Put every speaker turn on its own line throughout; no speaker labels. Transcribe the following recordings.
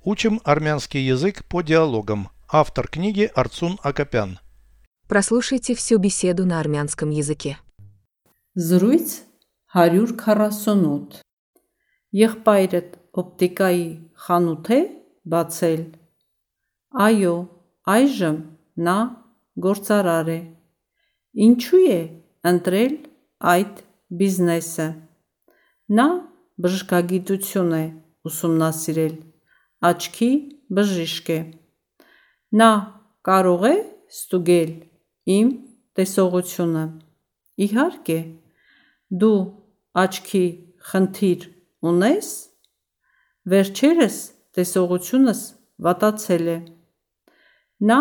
Учим армянский язык по диалогам. Автор книги Арцун Акопян.
Прослушайте всю беседу на армянском языке.
Զրույց 148 Եղբայրդ օպտիկայի խանութ է բացել։ Այո, այժմ նա գործարար է։ Ինչու է ընտրել այդ բիզնեսը։ Նա բժշկագիտություն է ուսումնասիրել։ Աչքի բժիշկ է։ Նա կարող է ստուգել իմ տեսողությունը։ Իհարկե, դու աչքի խնդիր ունես։ Վերջերս տեսողությունս վատացել է։ Նա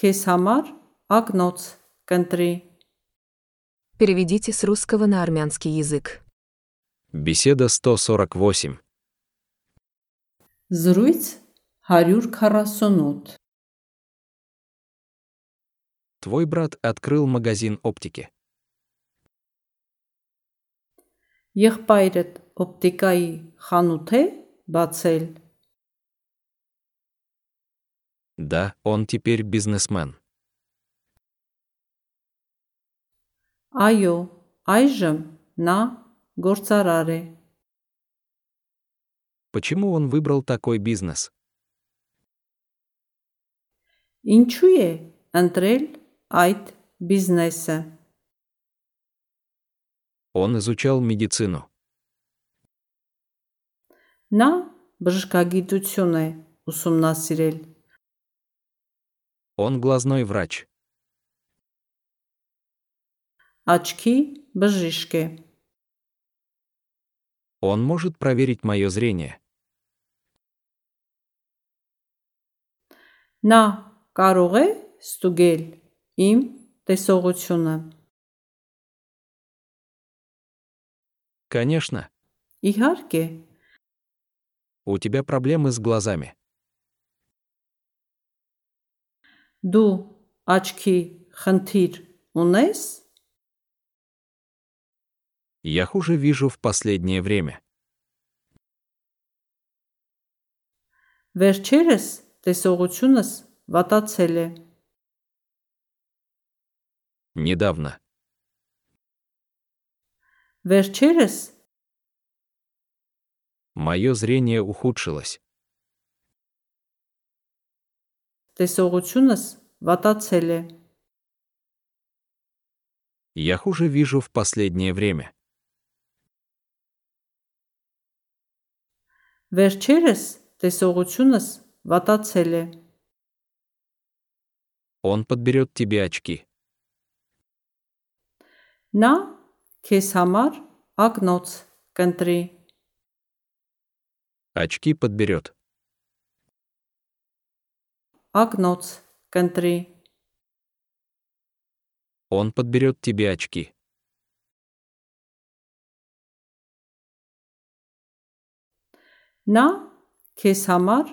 քեզ համար ակնոց կընտրի։
Переведите с русского на армянский язык.
Беседа 148.
Զրույց 148
Твой брат открыл магазин оптики.
Եղբայրդ օպտիկայի խանութ է բացել։
Да, он теперь бизнесмен.
Այո, այժմ նա գործարար է։
Почему он выбрал такой бизнес?
Ինչու է ընտրել այդ բիզնեսը։
Он изучал медицину.
Նա բժշկագիտություն է ուսումնասիրել։
Он глазной врач.
Աչքի բժիշկ է։
Он может проверить мое зрение.
Նա կարող է ստուգել իմ տեսողությունը։
Конечно,
Իհարկե,
у тебя проблемы с глазами.
դու աչքի խնդիր ունես։
Я хуже вижу в последнее время.
Վերջերս տեսողությունս վատացել է։
Недавно.
Վերջերս
Мое зрение ухудшилось.
տեսողությունս վատացել է։
Я хуже вижу в последнее время.
Վերջերս տեսողությունս վատացել է։
Он подберет тебе очки.
Նա քեզ համար ակնոց կընտրի։
Очки подберет.
Ակնոց կընտրի։
Он подберет тебе очки.
Նա քեզ համար